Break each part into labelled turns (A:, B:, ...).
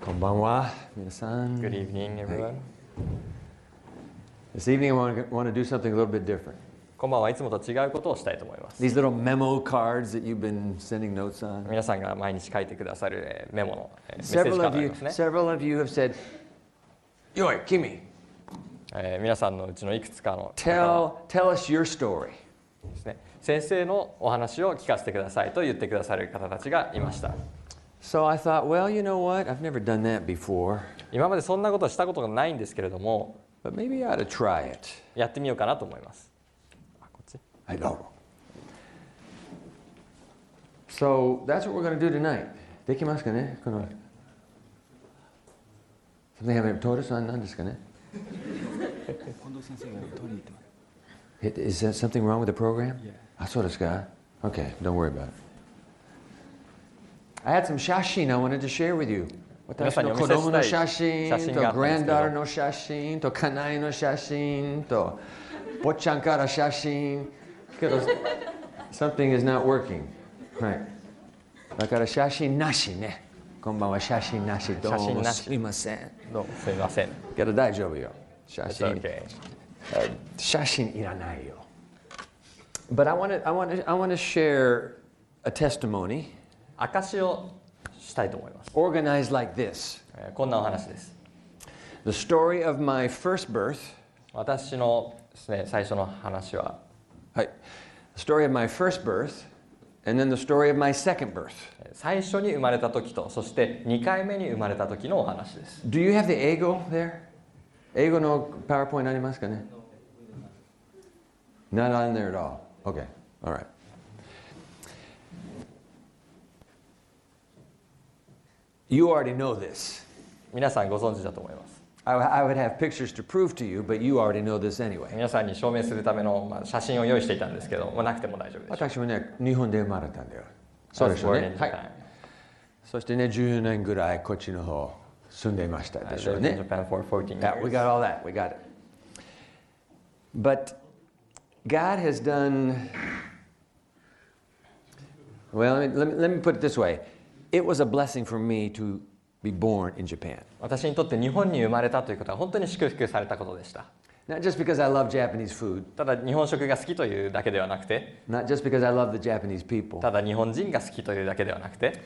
A: こんばんは、皆さん。
B: Good e- evening, everyone.
A: This evening, I want to, want to do something a little bit different.
B: こんばんはいつもと違うことをしたいと思います。
A: These little memo cards that you've been sending notes on.
B: 皆さんが毎日書いてくださるえーメモのえーメッセージ
A: Several of
B: カードあり
A: you,
B: ますね。
A: several of you have said, Yoi, Kimi,
B: えー皆さんのうちのいくつかの方々
A: tell, tell us your story.
B: ですね、先生のお話を聞かせてくださいと言ってくださる方たちがいました。
A: So I thought, well, you know what? I've never done that before,
B: 今までそんなことしたことがないんですけれども、
A: but maybe I ought to try it.
B: やってみようかなと思います。あこっち
A: I know. So that's what we're going to do tonight. できますかねこの Something haven't told us on 何ですかね
C: 近藤先生が取りに行ってます。
A: It- Is that something wrong with the program?
C: Yeah.
A: I saw this guy. Okay, don't worry about it. I had some shashin I wanted to share with you. 私の子供の写真
B: 皆さんにお見せしたい写真
A: と
B: があった
A: グ
B: ん
A: ランダーの写真と家内
B: ですけど
A: の写真と坊ちゃんから写真けど something is not working、はい、だから写真なしねこんばんは写真なしど
B: 写
A: う
B: 真
A: も
B: なし
A: すみません
B: どうもすみません。
A: けど大丈夫よ写
B: It's
A: 真、
B: okay.
A: 写真いらないよ。But I want to I want to I want to share a testimony
B: 証をしたいと思います。
A: organized like this.
B: えーこんなお話です。
A: The story of my first birth.
B: 私のですね最初の話は
A: はい。The story of my first birth and then the story of my second birth.
B: 最初に生まれた時とそして2回目に生まれた時のお話です
A: Do you have the ego there? 英語の PowerPoint ありますかね Not on there at all. Okay. All right. You already know this.
B: 皆さんご存知だと思います
A: I, I would have pictures to prove to you, but you already know this anyway.
B: 皆さんに証明するための、まあ、写真を用意していたんですけど、まあ、なくても大丈夫です
A: 私もね、日本で生まれたんだよ。
B: I was
A: よ
B: born in
A: ね。はい。
B: Japan.
A: そしてね、10年ぐらいこっちの方住んでいましたで
B: I
A: しょう
B: lived in
A: ね。
B: Japan for 14
A: Yeah, we
B: years.
A: got all that. We got it. But God has done. Well, let me, let me, let me put it this way it was a blessing for me to be born in Japan.
B: 私にとって日本に生まれたということは本当に祝福されたことでした
A: Not just because I love Japanese food,
B: ただ日本食が好きというだけではなくて
A: not just because I love the Japanese people.
B: ただ日本人が好きというだけではなくて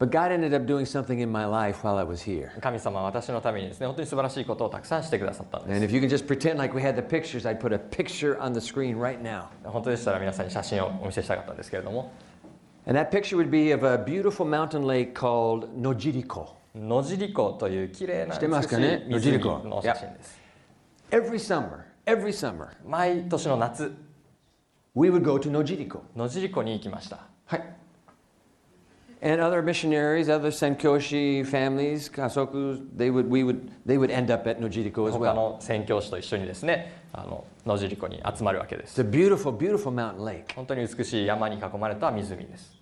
A: But God ended up doing something in my life while I was here.
B: 神様は私のためにですね本当に素晴らしいことをたくさんしてくださったんで
A: And
B: す
A: if you can just pretend like we had the pictures, I'd put a picture on the screen right now.
B: 本当でしたら皆さんに写真をお見せしたかったんですけれども
A: And that picture would be of a beautiful mountain lake called Nojiriko.
B: 野尻湖という綺麗な
A: 知ってます
B: 美し
A: かね
B: い湖
A: 野尻湖
B: の写真です。
A: Every summer, every summer,
B: 毎年の夏、
A: we would go to Nojiriko.
B: 野尻湖に行きました。
A: Hi. And other missionaries, other Senkoshi families, Kasoku, they would, we would, they would end up at Nojiriko as
B: 他
A: well.
B: の宣教師と一緒にですね、あの野尻湖に集まるわけで
A: It's
B: す。
A: a beautiful, beautiful mountain lake.
B: 本当に美しい山に囲まれた湖です。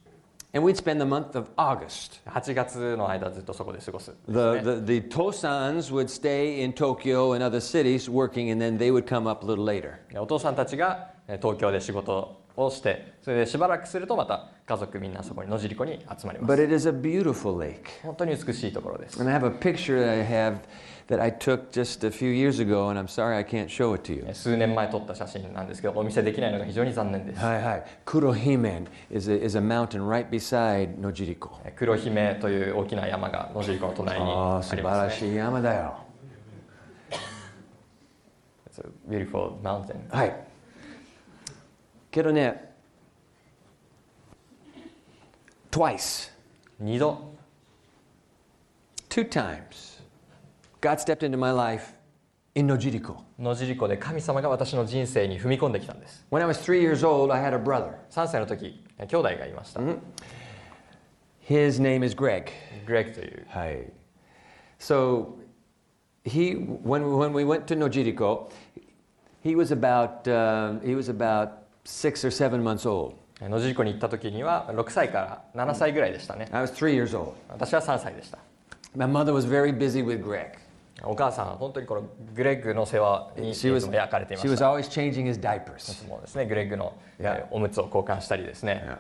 A: And we'd spend the month of August.
B: 8月の間ずっとそこで過ごす。
A: The, the, the Tosans would stay in Tokyo and other cities working, and then they would come up a little later.
B: でお父さんたちがえ東京で仕事をして、それでしばらくするとまた家族みんなそこに野尻湖に集まりま
A: But
B: す。
A: it is a beautiful lake.
B: 本当に美しいところです。
A: And I have a picture that I have that I took just a few years ago, and I'm sorry I can't show it to you.
B: え数年前撮った写真なんですけど、お見せできないのが非常に残念です。
A: Hi, hi. Kurohimen is a, is a mountain right beside Nojiriko.
B: 黒姫という大きな山が野尻湖の隣に
A: Oh,
B: あります、ね。
A: 素晴らしい山だよ。
B: It's a beautiful mountain.
A: はい。けどね、twice,
B: 二度
A: two times, God stepped into my life in Nojiriko.
B: 野尻湖で神様が私の人生に踏み込んできたんです
A: When I was three years old, I had a brother.
B: 3歳の時兄弟がいました、
A: His name is Greg.
B: グレッグという
A: Hi. So he, when, when we went to Nojiriko, he was about um, he was about six or seven months old.
B: え野尻湖に行った時には6歳から7歳ぐらいでしたね、
A: I was three years old.
B: 私は3歳でした
A: My mother was very busy with Greg.
B: お母さんは本当にこのグレッグの世話にいつ
A: She
B: も
A: was
B: 焼かれていま
A: she
B: し
A: was
B: た
A: always changing his diapers.
B: もうですねグレッグの、
A: Yeah.
B: えーおむつを交換したりですね、
A: Yeah.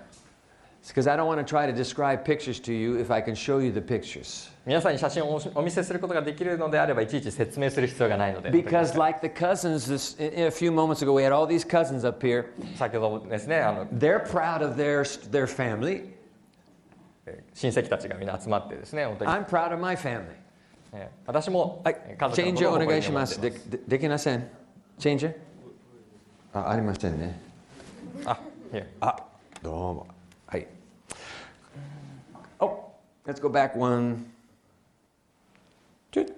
A: It's because I don't want to try to describe pictures to you if I can show you the pictures.
B: 皆さんに写真をおしお見せすることができるのであればいちいち説明する必要がないので
A: Because, like the cousins, this, a a few moments ago, we had all these cousins up here.
B: 先ほどですねあの
A: They're proud of their, their family.
B: えー親戚たちがみんな集まってですね本当に、
A: I'm proud of my family.
B: えー私も、
A: はい
B: えー家、
A: チェ
B: 族
A: ンジをお願
B: のことを誇
A: い
B: り
A: し
B: に思
A: ま
B: って
A: す。ででできません。チェンジあありませんね。
B: あいえ
A: あどうも。はい。Oh, let's go back one. チュッ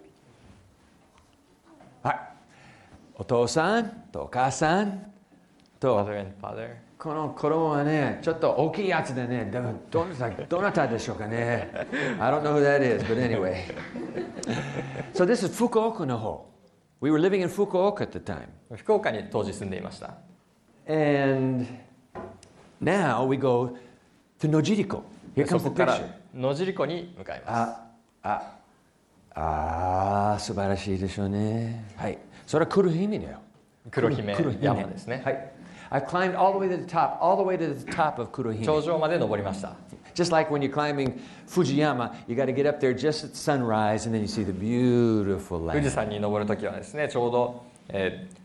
A: はい。お父さんとお母さんと
B: mother and father
A: この子供はね、ちょっと大きいやつでね、でもどなたどなたでしょうかね。I don't know who that is, but anyway. So this is Fukuoka の方。We were living in Fukuoka at the time.
B: 福岡に当時住んでいました
A: And now we go to Nojiriko. Here
B: で
A: comes
B: そ
A: the
B: こから
A: picture.
B: 野尻湖に向かいます
A: あ、あ、あ ah, ー、素晴らしいでしょうね。はい。それは黒姫だよ。
B: 黒姫
A: 黒姫
B: 山ですね、
A: はい。I've climbed all the way to the top, all the way to the top of Kurohime.
B: 頂上まで登りました
A: Just like when you're climbing Fujiyama, you got to get up there just at sunrise and then you see the beautiful
B: 富士
A: land.
B: 山に登るときはですねちょうど、えー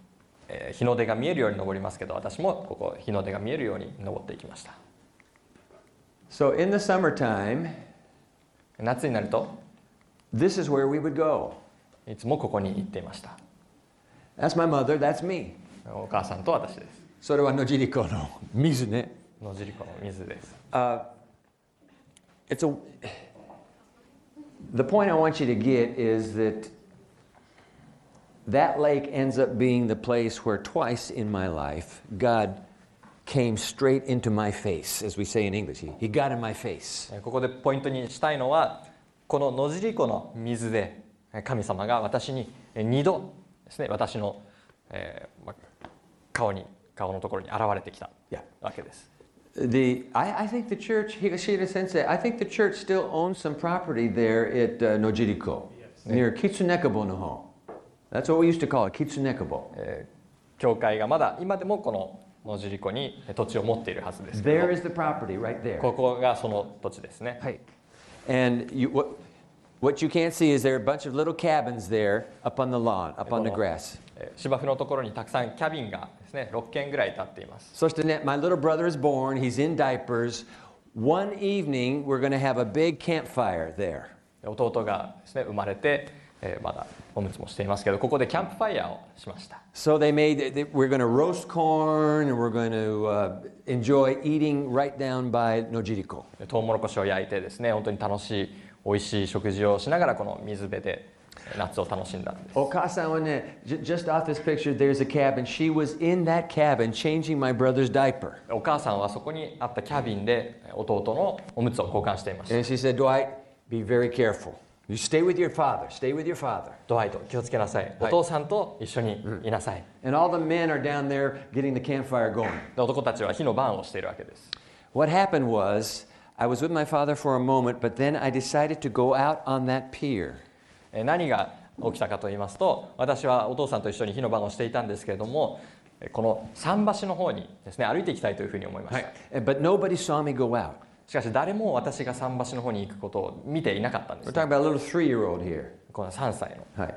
B: えー日の出が見えるように登りますけど私もここ日の出が見えるように登っていきました
A: So in the summertime,
B: 夏になると
A: this is where we would go.
B: いつもここに行っていました
A: That's my mother, that's me.
B: お母さんと私です
A: それは野尻湖の水ね。
B: 野尻湖の水です
A: Uh, It's a. The point I want you to get is that that lake ends up being the place where twice in my life God came straight into my face, as we say in English. He, he got in my face.
B: えーここでポイントにしたいのはこの野尻湖の水でえー神様が私に2度ですね私の、えーま顔に顔のところに現れてきた
A: いや
B: わけです。
A: The I, I think the church Higashida Sensei. I think the church still owns some property there at uh, Nojiriko near Kitsunekabo no home. That's what we used to call it, Kitsunekabo.
B: えー教会がまだ今でもこの野尻湖にえー土地を持っているはずですけ
A: There
B: ど
A: is the property right there.
B: ここがその土地ですね。
A: Right. And you, what, what you can't see is there are a bunch of little cabins there up on the lawn, up on the grass.
B: えー芝生のところにたくさんキャビンがですね6軒ぐらい立っています。
A: So, Jeanette, my little brother is born. He's in diapers. One evening, we're going to have a big campfire there.
B: で弟がですね生まれて、えーまだおむつもしていますけどここでキャンプファイヤーをしました。
A: So they made. They, they- we're going to roast corn, and we're going to uh, enjoy eating right down by Nojiriko.
B: トウモロコシを焼いてですね本当に楽しい美味しい食事をしながらこの水辺で夏を楽しんだんです
A: Okasawane, j- just off this picture, there's a cabin. She was in that cabin changing my brother's diaper.
B: お母さんはそこにあったキャビンで弟のおむつを交換していました
A: And she said, Dwight, be very careful. You stay with your father. Stay with your father.
B: ドワイト気をつけなさいお
A: はい
B: 父さんと一緒にいなさい、
A: And all the men are down there getting the campfire going.
B: で男たちは火の番をしているわけです
A: What happened was, I was with my father for a moment, but then I decided to go out on that pier.
B: えー何が起きたかと言いますと私はお父さんと一緒に火の番をしていたんですけれどもえーこの桟橋の方にですね歩いていきたいというふうに思いました、
A: And- But nobody saw me go out.
B: しかし誰も私が桟橋の方に行くことを見ていなかったんで
A: We're
B: すね
A: talking about a little three year old here.
B: この3歳の
A: Hi.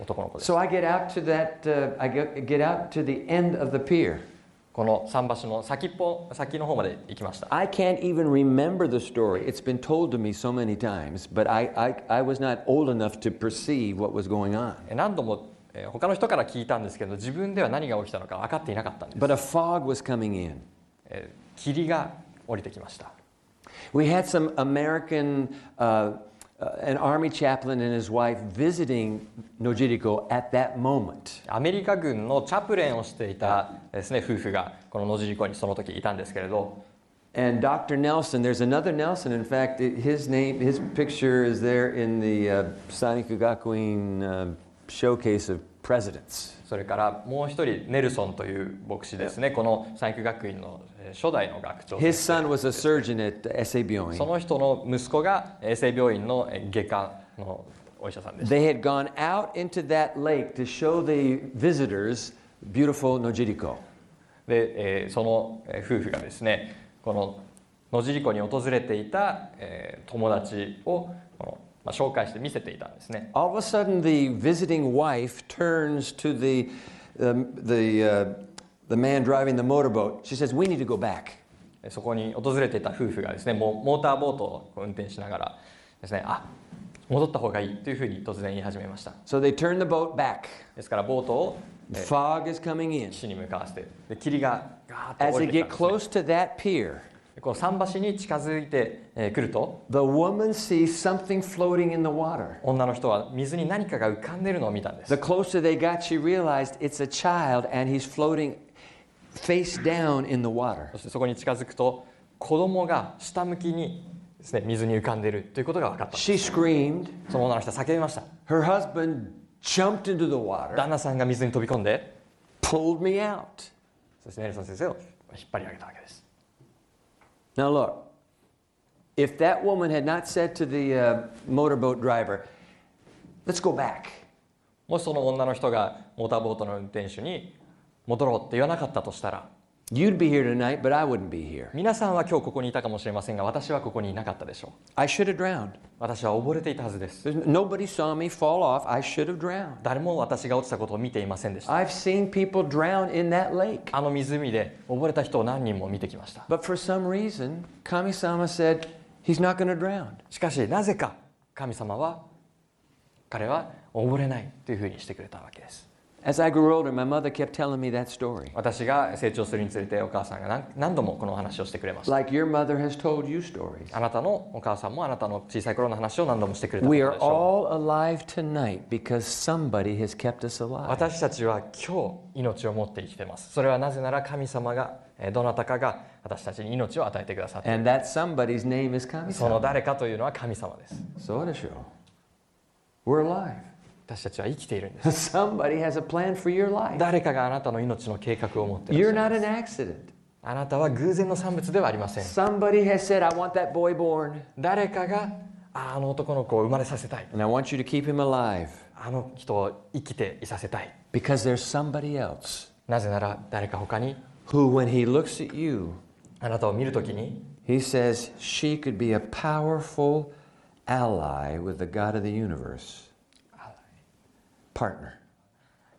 B: 男の子です
A: So I get out to that, uh, I get, get out to the end of the pier.
B: この桟橋の先っぽ先の方まで行きました、
A: I can't even remember the story. It's been told to me so many times, but I, I, I was not old enough to perceive what was going on.
B: え何度もえー他の人から聞いたんですけど自分では何が起きたのか分かっていなかったんです、
A: But a fog was coming in.
B: えー霧が降りてきました
A: We had some American, uh, uh, an army chaplain and his wife visiting Nojiriko at that moment.
B: アメリカ軍のチャプレンをしていたですね夫婦がこの野尻湖にその時いたんですけれど
A: And Dr. Nelson, there's another Nelson. In fact, it- his name, his picture is there in the uh, Sanikugakuin uh, showcase of presidents.
B: それからもう一人ネルソンという牧師ですねこの三育学院のえー初代の学長
A: His
B: です
A: son was a surgeon at Esebioin.
B: その人の息子が衛生病院のえー外科のお医者さんです
A: They had gone out into that lake to show the visitors beautiful Nojiriko.
B: で、えーそのえー夫婦がですねこの野尻湖に訪れていた、えー友達をこの、まあ、紹介して見せていたんですね
A: All of a sudden, the visiting wife turns to the, um, the, uh, the man driving the motorboat. She says, We need to go back.
B: えーそこに訪れていた夫婦がですねもうモーターボートを運転しながらですねあ戻った方がいいというふうに突然言い始めました
A: So they turn the boat back.
B: ですからボートを、え
A: The
B: ー
A: fog is coming in.
B: 岸に向かわせてで霧がガーッと
A: As
B: 降
A: they
B: りてきた
A: get
B: んですね
A: close to that pier,
B: でこの桟橋に近づいてえーくると
A: the woman sees something floating in the water.
B: 女の人は水に何かが浮かんでるのを見たんです
A: The closer they got, she realized it's a child and he's floating face down in the water.
B: そしてそこに近づくと子供が下向きにですね水に浮かんでいるということが分かった。
A: She screamed.
B: その女の人は叫びました。
A: Her husband jumped into the water,
B: 旦那さんが水に飛び込んで、
A: pulled me out.
B: そしてネルソン先生を引っ張り上げたわけです。
A: Now, look, if that woman had not said to the uh, motorboat driver, let's go back,
B: もしその女の人がモーターボートの運転手に戻ろうって言わなかったとしたら、
A: you'd be here tonight, but I wouldn't be here.
B: 皆さんは今日ここにいたかもしれませんが、私はここにいなかったでしょう。
A: I should have drowned.
B: 私は溺れていたはずです。
A: There's, nobody saw me fall off. I should have drowned.
B: 誰も私が落ちたことを見ていませんでした。
A: I've seen people drown in that lake.
B: あの湖で溺れた人を何人も見てきました。
A: But for some reason, Kami sama said, he's not going to drown.
B: しかしなぜか神様は彼は溺れないというふうにしてくれたわけです
A: As I grew older, my mother kept telling me that story.
B: 私が成長するにつれてお母さんが何何度もこの話をしてくれました
A: Like your mother has told you stories.
B: あなたのお母さんもあなたの小さい頃の話を何度もしてくれたこと
A: We
B: でし
A: are
B: ょ
A: all alive tonight because somebody has kept us
B: う
A: alive.
B: 私たちは今日命を持って生きていますそれはなぜなら神様がえーどなたかが私たちに命を与えてくださっている
A: And that somebody's name is Kami
B: そ
A: sama.
B: の誰かというのは神様です
A: So does you. We're alive.
B: 私たちは生きているんです
A: Somebody has a plan for your life.
B: 誰かがあなたの命の計画を持ってい
A: You're
B: る
A: not an accident.
B: あなたは偶然の産物ではありません
A: Somebody has said, I want that boy born.
B: 誰かがああの男の子を生まれさせたい
A: And I want you to keep him alive
B: あの人を生きていさせたい
A: because there's somebody else
B: なぜなら誰か他に
A: who, when he looks at you,
B: あなたを見るときに
A: He says she could be a powerful ally with the God of the universe. Partner.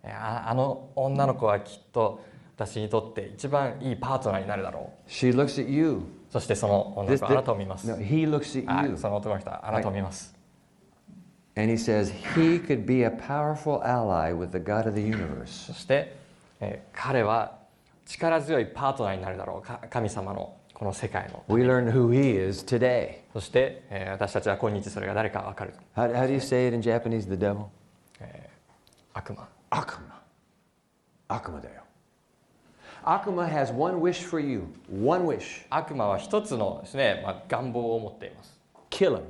B: えああの女の子はきっと私にとって一番いいパートナーになるだろ
A: She looks at you.
B: うそしてその女の
A: This-
B: 子はあなたを見ます
A: no, he looks at
B: あ
A: you.
B: その男の人はあなたを見ます、
A: And he says he could be a powerful ally with the God of the universe.
B: そして、えー彼は力強いパートナーになるだろうか神様のこの世界の
A: We learn who he is today.
B: そして、えー私たちは今日それが誰かわかる
A: How, how do you say it in Japanese, the devil?
B: 悪魔
A: Akuma. Akuma Deo. Akuma has one wish for you. One wish.
B: 悪魔は一つのですね、まあ、願望を持っています
A: Kill him.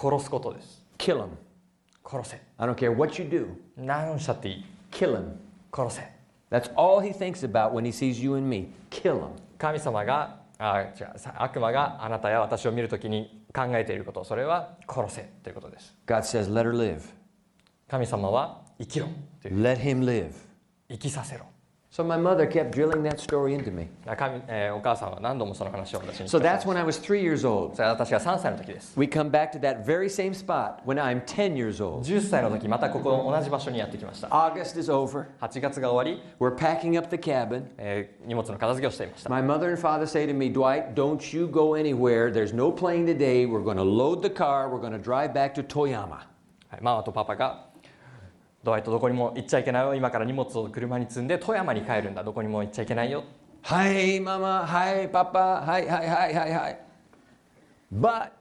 B: 殺すことです
A: Kill him.
B: 殺せ
A: I don't care what you do.
B: 何をしたっていい
A: Kill him.
B: 殺せ
A: That's all he thinks about when he sees you and me. Kill him.
B: 神様があ違うさ悪魔があなたや私を見るときに考えていることそれは殺せということです
A: God says, let her live.
B: 神様は生きろという
A: Let him live.
B: 生きさせろ
A: So my mother kept drilling that story into me.
B: 神、えーお母さんは何度もその話を私に
A: So
B: 聞か
A: that's
B: せま
A: when I was three years
B: す
A: old.
B: それは私が3歳の時です
A: We come back to that very same spot when I'm 10 years old.
B: 10歳の時またここの同じ場所にやってきました
A: August is over.
B: 8月が終わり、
A: We're packing up the cabin.
B: えー荷物の片付けをしていました
A: My mother and father say to me, Dwight, don't you go anywhere. There's no plane today. We're going to load the car. We're going to drive back to Toyama.
B: はいママとパパが「ドワイトどこにも行っちゃいけないよ今から荷物を車に積んで富山に帰るんだどこにも行っちゃいけないよ
A: Hi, Mama. Hi, Papa. Hi, hi, hi, hi, hi. But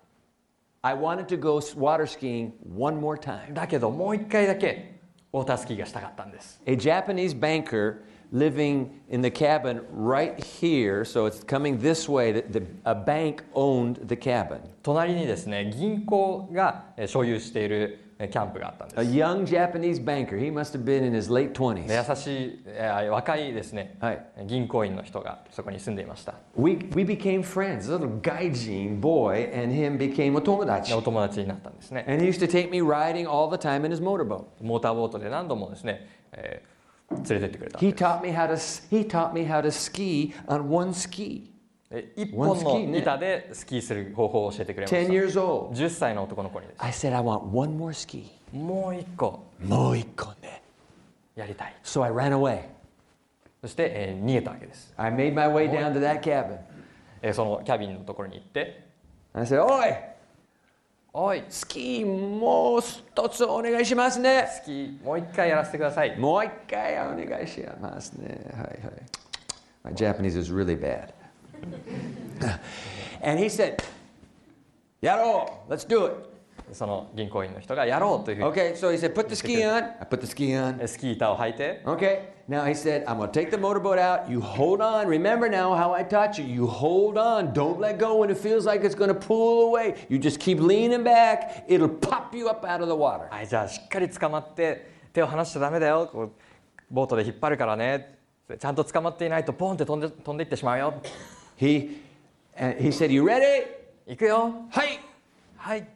A: I wanted to go s- water skiing one more time.
B: だけどもう一回だけウォータースキーがしたかったんです
A: A Japanese banker living in the cabin right here, so it's coming this way. The, the, a bank owned the cabin.
B: 隣にですね銀行がえー所有しているえーキャンプがあったん
A: A
B: です
A: young Japanese banker. He must have been in his late 20s.
B: で優しいえー若いですね、
A: はい
B: 銀行員の人がそこに住んでいましたで
A: We, we became friends. A little gaijin boy and him became a
B: お
A: tomodachi.
B: 友達になったんですね
A: And he used to take me riding all the time in his motorboat.
B: モーターボートで何度もですね、えー連れてってくれたん
A: He
B: です
A: taught me how to he taught me how to ski on one ski.
B: え一
A: One
B: 本
A: ski
B: の
A: net.
B: 板でスキーする方法を教えてくれま
A: 10
B: し
A: years old.
B: た10歳の男の子にです
A: I said, I want one more ski.
B: もう一個
A: Moikone.
B: やりたい
A: So I ran away.
B: そして、えー逃げたわけです、
A: I made my way down to that cabin.
B: えーそのキャビンのところに行って
A: I said, Oi,
B: 「おい
A: ski, mo, stotsu, onegaishimasu ne.
B: スキーもう一回やらせてください」
A: もう一回お願いしますね。はいはい。My Japanese is really bad. and he said, Yaro, let's do it.
B: その銀行員の人が「やろう」というふうに
A: Okay, so he said, put the ski on. I put the ski on.
B: えースキー板を履いて
A: Okay, now he said, I'm gonna take the motorboat out. You hold on. Remember now how I taught you. You hold on. Don't let go when it feels like it's gonna pull away. You just keep leaning back. It'll pop you up out of the water.
B: はい、じゃあしっかり捕まって手を離しちゃダメだよこうボートで引っ張るからねちゃんと捕まっていないとポンって飛んで飛んでいってしまうよ
A: He, and he said, You ready?
B: 行くよ
A: Hi.
B: はい、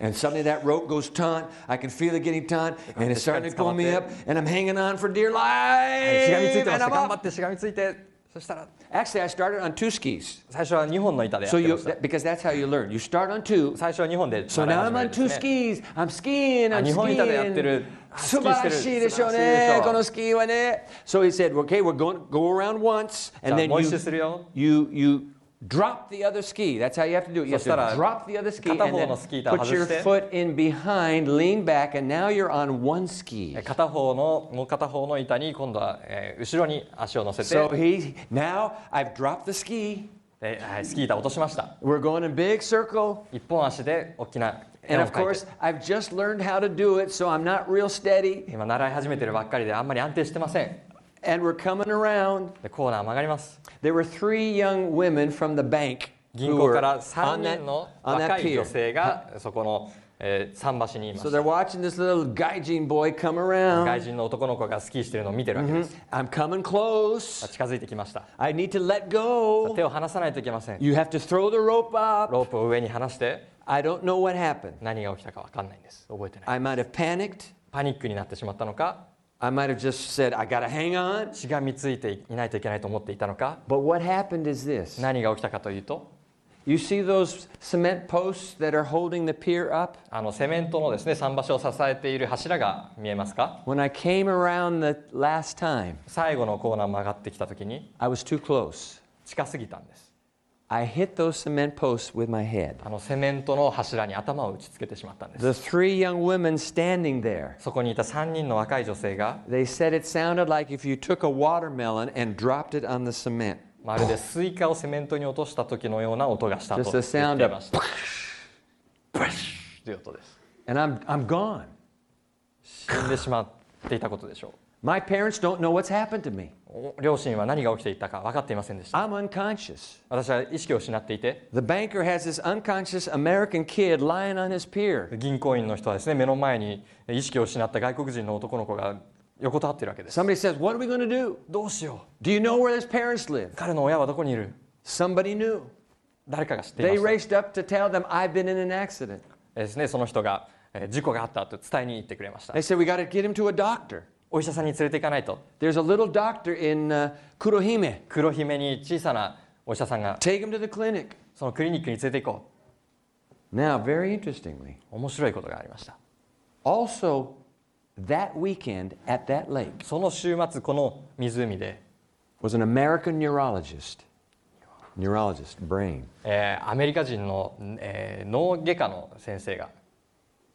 A: And suddenly that rope goes taut. I can feel it getting taut, and it's starting to pull me up, and I'm hanging on for dear
B: はいしがみつ
A: life.
B: いてまし
A: And
B: た
A: I'm
B: 頑張っ
A: up.
B: てしがみついてそしたら
A: Actually, I started on two skis.
B: 最初は2本の板でやっ
A: So
B: て
A: you
B: ました
A: that- because that's how you learn. You start on two.
B: 最初は2本で
A: So
B: 習
A: now I'm
B: い始
A: on
B: めるんで
A: two
B: すね
A: skis. I'm skiing. I'm
B: あ、日本板でやって
A: skiing.
B: る。あ、
A: 素晴らしいでしょうね。
B: スキーしてる。
A: このスキーはね。So he said, okay, we're going go around once,
B: じ
A: and
B: ゃあ
A: then
B: もう一
A: you
B: 周するよ
A: you you drop the other ski. That's how you have to do it. You have
B: そした
A: to
B: ら、
A: drop the other ski and
B: 片方のスキー板を
A: then put your
B: 外して。
A: foot in behind, lean back, and now you're on one ski.
B: え片方のもう片方の板に今度は、えー後ろに足を乗せ
A: So
B: て、
A: he now I've dropped the ski.
B: えーはいスキー板落としました
A: We're going in big circle.
B: 一本足で大きな
A: And
B: 円を
A: of
B: 描いて
A: course, I've just learned how to do it, so I'm not real steady.
B: 今習い始めてるばっかりであんまり安定してません
A: And we're coming around.
B: でコーナー曲がります
A: There were three young women from the bank
B: 銀
A: who
B: 行
A: were
B: から3
A: on
B: 人
A: that,
B: の
A: on
B: 若
A: that
B: い
A: pier.
B: 女性がそこの、えー桟橋にいま
A: So
B: す
A: they're watching this little gaijin boy come around.
B: 外人の男の子がスキーしてるのを見てるわけです、
A: I'm coming close.
B: 近づいてきました
A: I need to let go.
B: 手を離さないといけません
A: You have to throw the rope up.
B: ロープを上に離して
A: I don't know what happened.
B: 何が起きたか分かんないんです覚えてない
A: I might have panicked.
B: パニックになってしまったのか
A: I might have just said, I gotta hang on.
B: しがみついていないといけないと思っていたのか
A: But what happened is this
B: 何が起きたかというと
A: you see those cement posts that are holding the pier up?
B: あのセメントのですね桟橋を支えている柱が見えますか
A: When I came around the last time,
B: 最後のコーナー曲がってきた時に
A: I was too close.
B: 近すぎたんです
A: I hit those cement posts with my head.
B: あのセメントの柱に頭を打ちつけてしまったんです
A: The three young women standing there,
B: そこにいた3人の若い女性が
A: they said it sounded like if you took a watermelon and dropped it on the cement.
B: まるでスイカをセメントに落とした時のような音がしたと
A: Just
B: 言
A: the
B: ってい
A: sound
B: ま
A: of
B: した。プシュという音です。
A: And I'm, I'm gone.
B: 死んでしまっていたことでしょ
A: My parents don't know what's happened to me.
B: う。お両親は何が起きていたか分かっていませんでした。
A: I'm unconscious.
B: 私は意識を失っていて、
A: The banker has this unconscious American kid lying on his pier.
B: 銀行員の人はですね目の前に意識を失った外国人の男の子が横たわっているわけです。
A: Somebody says, What are we going to do?
B: どうしよ
A: Do you know where his parents live?
B: う。彼の親はどこにいる。
A: Somebody knew.
B: 誰かが知ってい
A: They
B: ました
A: raced up to tell them, I've been in an accident.
B: えーですね。その人がえー事故があったと伝えに行ってくれました
A: They。said, We got to get him to a doctor.
B: お医者さんに連れて行かないと。
A: There's a little doctor in uh, Kurohime.
B: 黒姫に小さなお医者さんが
A: Take him to the clinic.
B: そのクリニックに連れて行こう。
A: Now, very interestingly,
B: 面白いことがありました
A: also that weekend at that lake
B: その週末この湖で、
A: was an American neurologist. Neurologist, brain.
B: えーアメリカ人の、えー脳外科の先生が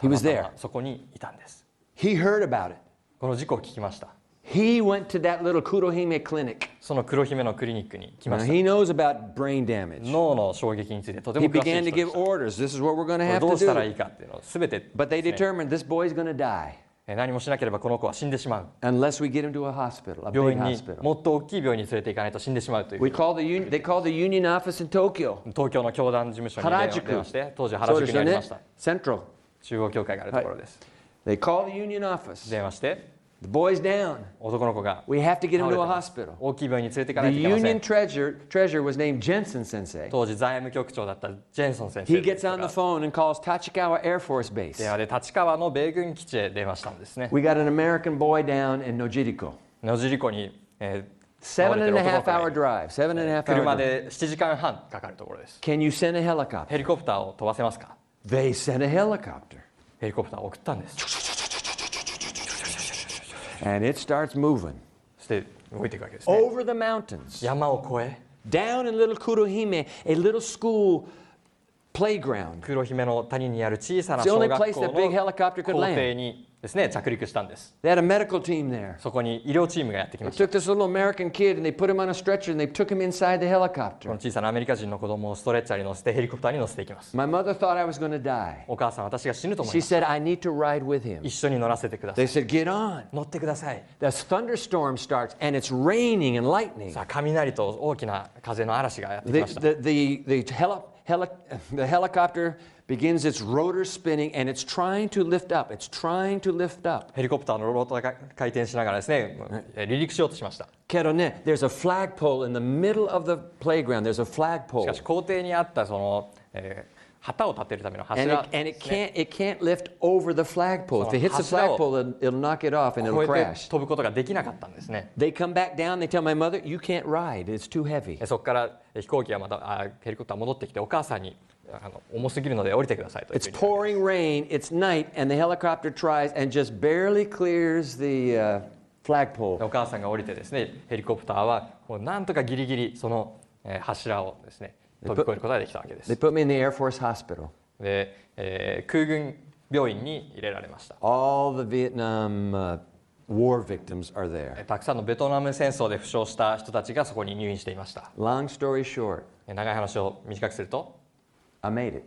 A: He was
B: たまた
A: there.
B: まそこにいたんです
A: He heard about it.
B: この事故を聞きました
A: He went to that little Kurohime clinic.
B: その黒姫のクリニックに来
A: Now,
B: ました
A: he knows about brain damage.
B: 脳の衝撃についてとて
A: He
B: も詳しい
A: began to
B: 人でし
A: give
B: た
A: orders. This is what we're going to
B: これ
A: have
B: ど
A: to
B: うしたら
A: do.
B: いいかっていうのを全て
A: But they
B: ですね
A: determined this boy's going to die
B: えー何もしなければこの子は死んでしまう
A: unless we get him to a hospital, a
B: 病
A: big
B: 院に
A: hospital.
B: もっと大きい病院に連れて行かないと死んでしまうという
A: We call the union, they called the union office in Tokyo.
B: 東京の教団事務所に
A: 原
B: 電
A: 宿
B: 電話して当時原宿にありました
A: Central.
B: 中央教会があるところです、
A: They call the union office.
B: 電話して
A: The boy's down.
B: 男の子が
A: We have to get him
B: 倒れ
A: to
B: て
A: a
B: ます
A: hospital.
B: 大きい病院に連れて行
A: The
B: かないといけませ
A: union
B: ん
A: treasurer, treasurer was named Jensen Sensei.
B: 当時財務局長だったジェンソン先生
A: He
B: です
A: gets on
B: が
A: the phone and calls Tachikawa Air Force Base.
B: 電話で立川の米軍基地へ電話したんですね
A: We got an American boy down in Nojiriko.
B: 野尻湖に、えー
A: Seven and a half
B: 倒
A: hour
B: れてる男の子が
A: drive. Seven and a half hour.
B: 車
A: Drive.
B: で7時間半かかるところです
A: Can you send a helicopter?
B: ヘリコプターを飛ばせますか
A: They sent a helicopter,
B: ヘリコプターを送ったんですそ
A: and it starts moving
B: して動いていくわけですね
A: over the mountains.
B: 山を越え
A: Down in Little Kurohime, a little school playground.
B: 黒姫の谷にある小さな
A: It's the
B: 小
A: only
B: 学校
A: place that big
B: の
A: helicopter could
B: 校庭
A: land.
B: にですね着陸したんです
A: They had a medical team there.
B: そこに医療チームがやってきま
A: They
B: した
A: took this little American kid and they put him on a stretcher and they took him inside the
B: この
A: helicopter.
B: 小さなアメリカ人の子供をストレッチャーに乗せてヘリコプターに乗せていきます
A: My mother thought I was going to die.
B: お母さん私が死ぬと思い
A: She
B: ます
A: said, I need to ride with him.
B: 一緒に乗らせてくださ
A: They
B: い
A: said, Get on.
B: 乗ってください
A: This thunderstorm starts and it's raining and lightning.
B: さあ雷と大きな風の嵐がやってき
A: The,
B: ました
A: the, the, the, heli- heli- the helicopter begins its rotor spinning and it's trying to lift up. It's trying to lift up.
B: ヘリコプターのローターが回転しながらですねえ離陸しようとしました
A: Kerone, there's a flagpole in the middle of the playground. There's a
B: し
A: flagpole.
B: かし校庭にあったその、えー旗を立てるための
A: And
B: 柱
A: it, and it can't, it can't lift over the flagpole. If it hits the
B: その柱を
A: flagpole, it'll, it'll knock it off and
B: 超
A: it'll
B: えて
A: crash.
B: 飛ぶことができなかったんですね
A: They come back down, they tell my mother, You can't ride, it's too heavy.
B: えそこからえ飛行機がまたあヘリコプター戻ってきてお母さんにあの重すぎるので降りてくださいというふ
A: It's
B: うに
A: pouring rain, it's night, and the helicopter tries and just barely clears the uh, flagpole.
B: お母さんが降りてですねヘリコプターはもうなんとかギリギリその、えー柱をですね飛び越えることができたわけで
A: They
B: す
A: put me in the Air Force Hospital.
B: で、えー空軍病院に入れられました
A: All the Vietnam uh, War victims are
B: え
A: there.
B: たくさんのベトナム戦争で負傷した人たちがそこに入院していました
A: Long story short,
B: え長い話を短くすると
A: I made it.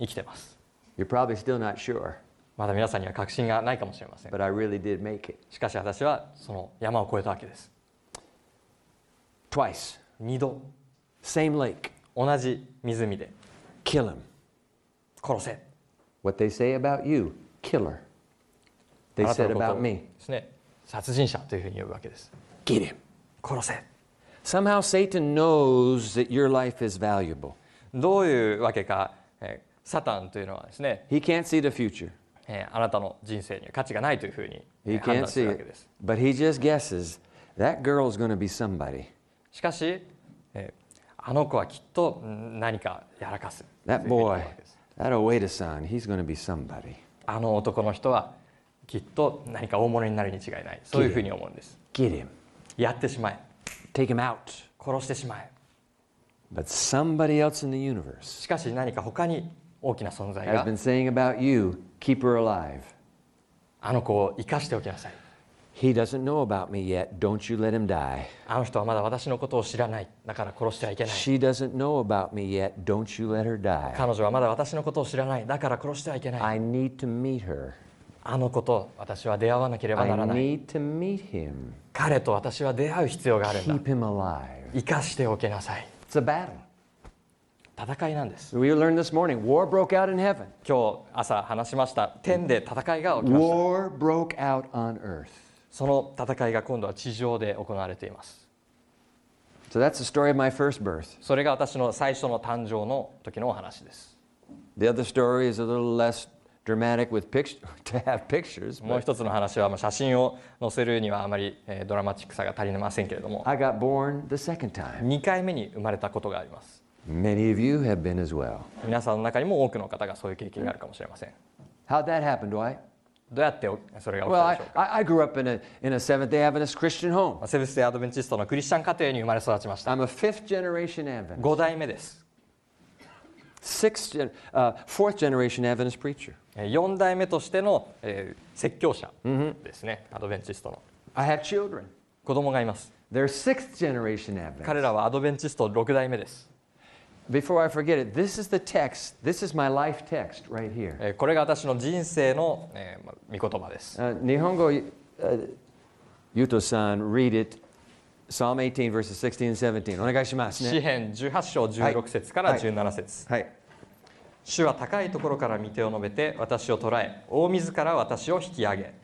B: 生きてます。
A: You're probably still not sure,
B: まだ皆さんには確信がないかもしれません。
A: but I really did make it.
B: しかし私はその山を越えたわけです。
A: Twice.
B: 二度
A: Same lake.
B: 同じ湖で
A: Kill him.
B: 殺せ。
A: What they say about you, killer. They
B: あなた
A: said
B: のこと
A: about
B: を
A: me,
B: ですね。殺人者というふうに呼ぶわけです。
A: get him.
B: 殺せ。
A: Somehow Satan knows that your life is valuable.
B: どういうわけか、えーサタンというのはですね、
A: He can't see the future.
B: えーあなたの人生には価値がないというふうにえ
A: He
B: ー判
A: can't
B: 断す
A: see
B: るわけで
A: it.
B: す。
A: But he just guesses that girl's going to be somebody.
B: しかし、えーあの子はきっとうん何かやらかす。
A: That
B: というふうに言う
A: boy,
B: わけです
A: that Oeda-san, he's going to be somebody.
B: あの男の人はきっと何か大物になるに違いない。そういうふうに思うんです。
A: Get him.
B: やってしまえ
A: Take him out.
B: 殺してしまえ
A: But somebody else in the universe
B: しかし何か他に大きな存在
A: has
B: が
A: been saying about you, keep her alive.
B: あの子を生かしておきなさい
A: He doesn't know about me yet. Don't you let him die.
B: あの人はまだ私のことを知らないだから殺してはいけない
A: She doesn't know about me yet. Don't you let her die.
B: 彼女はまだ私のことを知らないだから殺してはいけない
A: I need to meet her.
B: あの子と私は出会わなければな
A: I
B: らない
A: need to meet him.
B: 彼と私は出会う必要があるんだ
A: Keep him alive.
B: 生かしておけなさい
A: It's a battle.
B: 戦いなんです
A: So we learned this morning war broke out in heaven,
B: 今日朝話しました天で戦いが起きました
A: war broke out on earth.
B: その戦いが今度は地上で行われています
A: So that's the story of my first birth.
B: それが私の最初の誕生の時のお話です
A: The other story is a little less dramatic with pictures to have pictures.
B: もう
A: But
B: 一つの話は、まあ、写真を載せるにはあまり、えードラマチックさが足りませんけれども
A: I got born the second time.
B: 2回目に生まれたことがあります
A: Many of you have been as well.
B: 皆さんの中にも多くの方がそういう経験があるかもしれません
A: How'd that happen, Dwight?
B: どうやっておそれが起き
A: Well, I,
B: たでしょうか、
A: I I grew up in a, in a Seventh day Adventist Christian home.
B: まあセブンス・デイ・アドベンチストのクリスチャン家庭に生まれ育ちました、
A: I'm a fifth generation Adventist,
B: 5代目です、
A: sixth gen, uh, fourth generation Adventist preacher.
B: えー4代目としての、えー説教者ですね、アドベンチストの
A: I have children.
B: 子供がいます
A: They're sixth generation Adventist.
B: 彼らはアドベンチスト6代目です、
A: Before I forget it, this is the text. This is my life text right here.
B: えーこれが私の人生の、えーまあ御言葉です
A: Uh, Nihongo uh, Yuto-san, read it. Psalm 18, verses 16 and 17.
B: 詩
A: お願いしますね。
B: 編18章16節か
A: は
B: ら
A: い
B: 17節、
A: はい。
B: 主は高いところから御手を述べて私を捕らえ大自ら私を引き上げ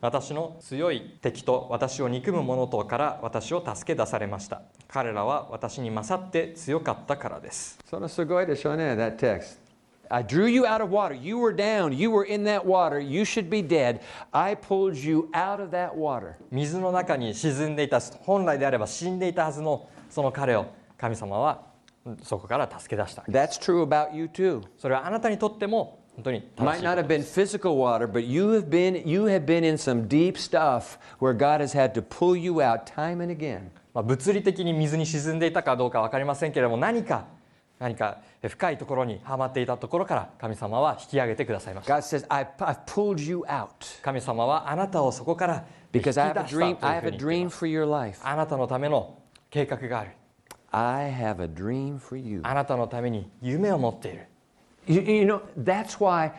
B: 私の強い敵と私を憎む者とから私を助け出されました彼らは私に勝って強かったからです
A: それすごいでしょうね、that text. I drew you out of water. You were down. You were in that water. You should be dead. I pulled you out of that water.
B: 水の中に沈んでいた本来であれば死んでいたはずのその彼を神様はうんそこから助け出した
A: That's true about you too.
B: それはあなたにとっても本当に
A: Might
B: 正しい
A: not have been physical water, but you have been you have been in some deep stuff where God has had to pull you out time and again.
B: まあ、物理的に水に沈んでいたかどうか分かりませんけれども何か何か深いところにはまっていたところから神様は引き上げてくださいました
A: God says, I, I've pulled you out
B: 神様はあなたをそこから引き出
A: because
B: した
A: I
B: と
A: have a
B: いうふうに
A: dream. I have a dream
B: 言っています
A: for your life.
B: あなたのための計画がある
A: I have a dream for you.
B: あなたのために夢を持っている
A: You, you know, that's why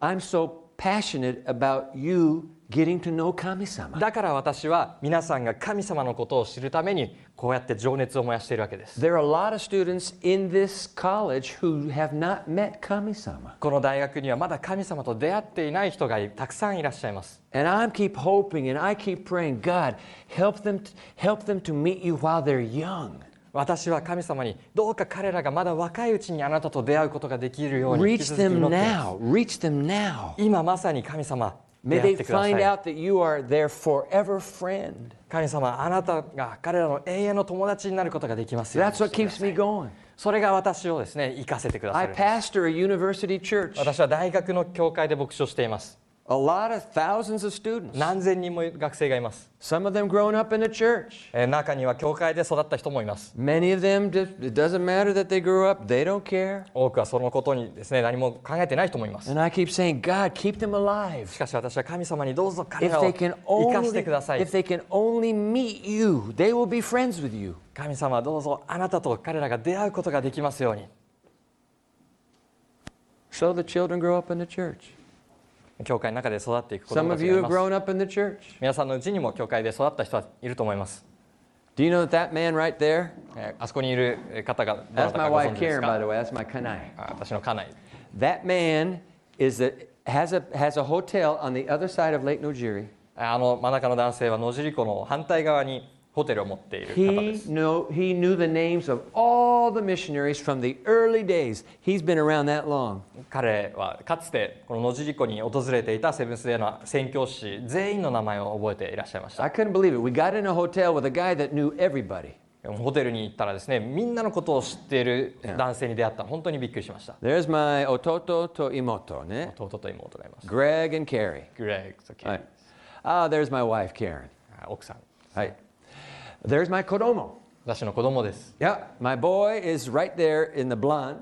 A: I'm so passionate about you getting to know Kami-sama.
B: だから私は皆さんが神様のことを知るためにこうやって情熱を燃やしているわけです
A: There are a lot of students in this college who have not met Kami-sama.
B: この大学にはまだ神様と出会っていない人がいたくさんいらっしゃいます
A: And I keep hoping and I keep praying, God, help them, help them to meet you while they're young.
B: 私は神様にどうか彼らがまだ若いうちにあなたと出会うことができるように引き
A: Reach
B: 続き
A: them
B: 祈っています
A: now. Reach them now.
B: 今まさに神様
A: May
B: 出会っ
A: they
B: てくださ
A: find
B: い
A: out that you are their forever friend.
B: 神様あなたが彼らの永遠の友達になることができますように
A: That's what keeps me going.
B: それが私をですね生かせてくださ
A: I
B: るんです
A: pastor a university church,
B: 私は大学の教会で牧師をしています
A: a lot of thousands of students.
B: 何千人も学生がいます、
A: Some of them grown up in the church.
B: えー中には教会で育った人もいます
A: Many of them, just, it doesn't matter that they grew up, they don't care.
B: 多くはそのことにですね何も考えてない人もいます
A: And I keep saying, God, keep them
B: し
A: alive.
B: かし私は神様にどうぞ彼
A: If
B: らを
A: they can
B: 生かし
A: only,
B: てください
A: if they can only meet you, they will be friends with you.
B: 神様どうぞあなたと彼らが出会うことができますように
A: So the children grow up in the church.
B: 教会の中で育っていく子ど
A: Some
B: もた
A: of
B: ちが
A: you
B: い
A: have
B: ます
A: grown up in the church.
B: 皆さんのうちにも教会で育った人はいると思います、
A: Do you know that that man right there?
B: えーあそこにいるえー方がどなた
A: That's my
B: かご存
A: wife
B: 知で
A: Karen,
B: す
A: by
B: か
A: the way. That's my kanai.
B: あ私の家内
A: That man is the, has, a, has a hotel on the other side of Lake Nojiri.
B: ああの真ん中の男性は野尻湖の反対側にホテルを持っている方で
A: He
B: す
A: know he knew the names of all the missionaries from the early days. He's been around that long.
B: 彼はかつてこの野尻湖に訪れていたセブンス・デーの宣教師全員の名前を覚えていらっしゃいました
A: I couldn't believe it. We got in a hotel with a guy that knew everybody.
B: ホテルに行ったらですねみんなのことを知っている男性に出会った本当にびっくりしました
A: There's my ototo to imoto, ne?
B: 弟と妹がいます
A: Greg and Carrie.
B: グレッグとケイ
A: Right. Ah, there's my wife Karen.
B: 奥さん
A: Right. There's my kodomo.
B: 私の子供です、
A: Yeah, my boy is right there in the blonde.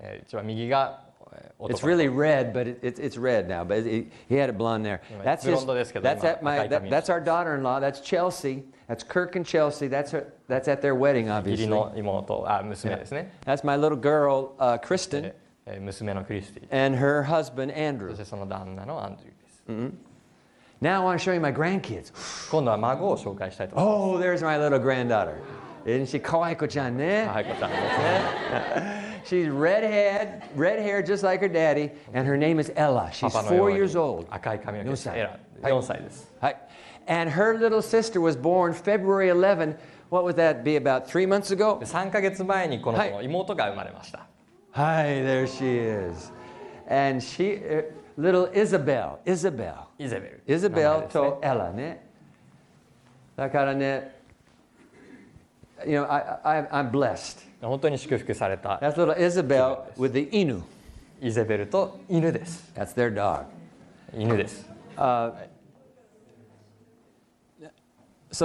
B: えー一番右がえー
A: It's
B: 男
A: really red, but it, it's it's red now. But it, he had it blonde there. That's his,
B: ブロンドですけど、
A: That's
B: 今、
A: at my.
B: 赤い髪をしてます。
A: that- that's our daughter-in-law. That's Chelsea. That's Kirk and Chelsea. That's her. That's at their wedding,
B: 義理
A: obviously.
B: の妹あ娘ですね、
A: That's my little girl, uh, Kristen,
B: でえー娘のクリスティ
A: and her husband
B: そし
A: Andrew.
B: てその旦那のアンドリューです
A: Now I want to show you my grandkids.
B: 今度は孫を紹介したいと思
A: Oh,
B: い
A: there's my little granddaughter. Isn't she kawaii-chan?
B: ま
A: Eh?
B: すはいこちらですね
A: She's redhead, red hair just like her daddy, and her name is Ella.
B: パ
A: She's
B: パのよ
A: four
B: うに
A: years old.
B: 赤い髪の
A: 4
B: 毛です
A: 歳
B: エラ4歳です
A: Hi. And her little sister was born February 11. What would that be about three months ago?
B: で3ヶ月前にこの
A: はい
B: 子の妹が生まれました、
A: Hi, there she is. And she, uh, little Isabel, Isabel,
B: イゼベル
A: Isabel
B: 名前で
A: to Ella, ne? だからね you know, I, I, I'm blessed.
B: すね本当に祝福された
A: That's little Isabel
B: Yes.
A: with the Inu.
B: イゼベルと犬です
A: That's their dog.
B: 犬です
A: So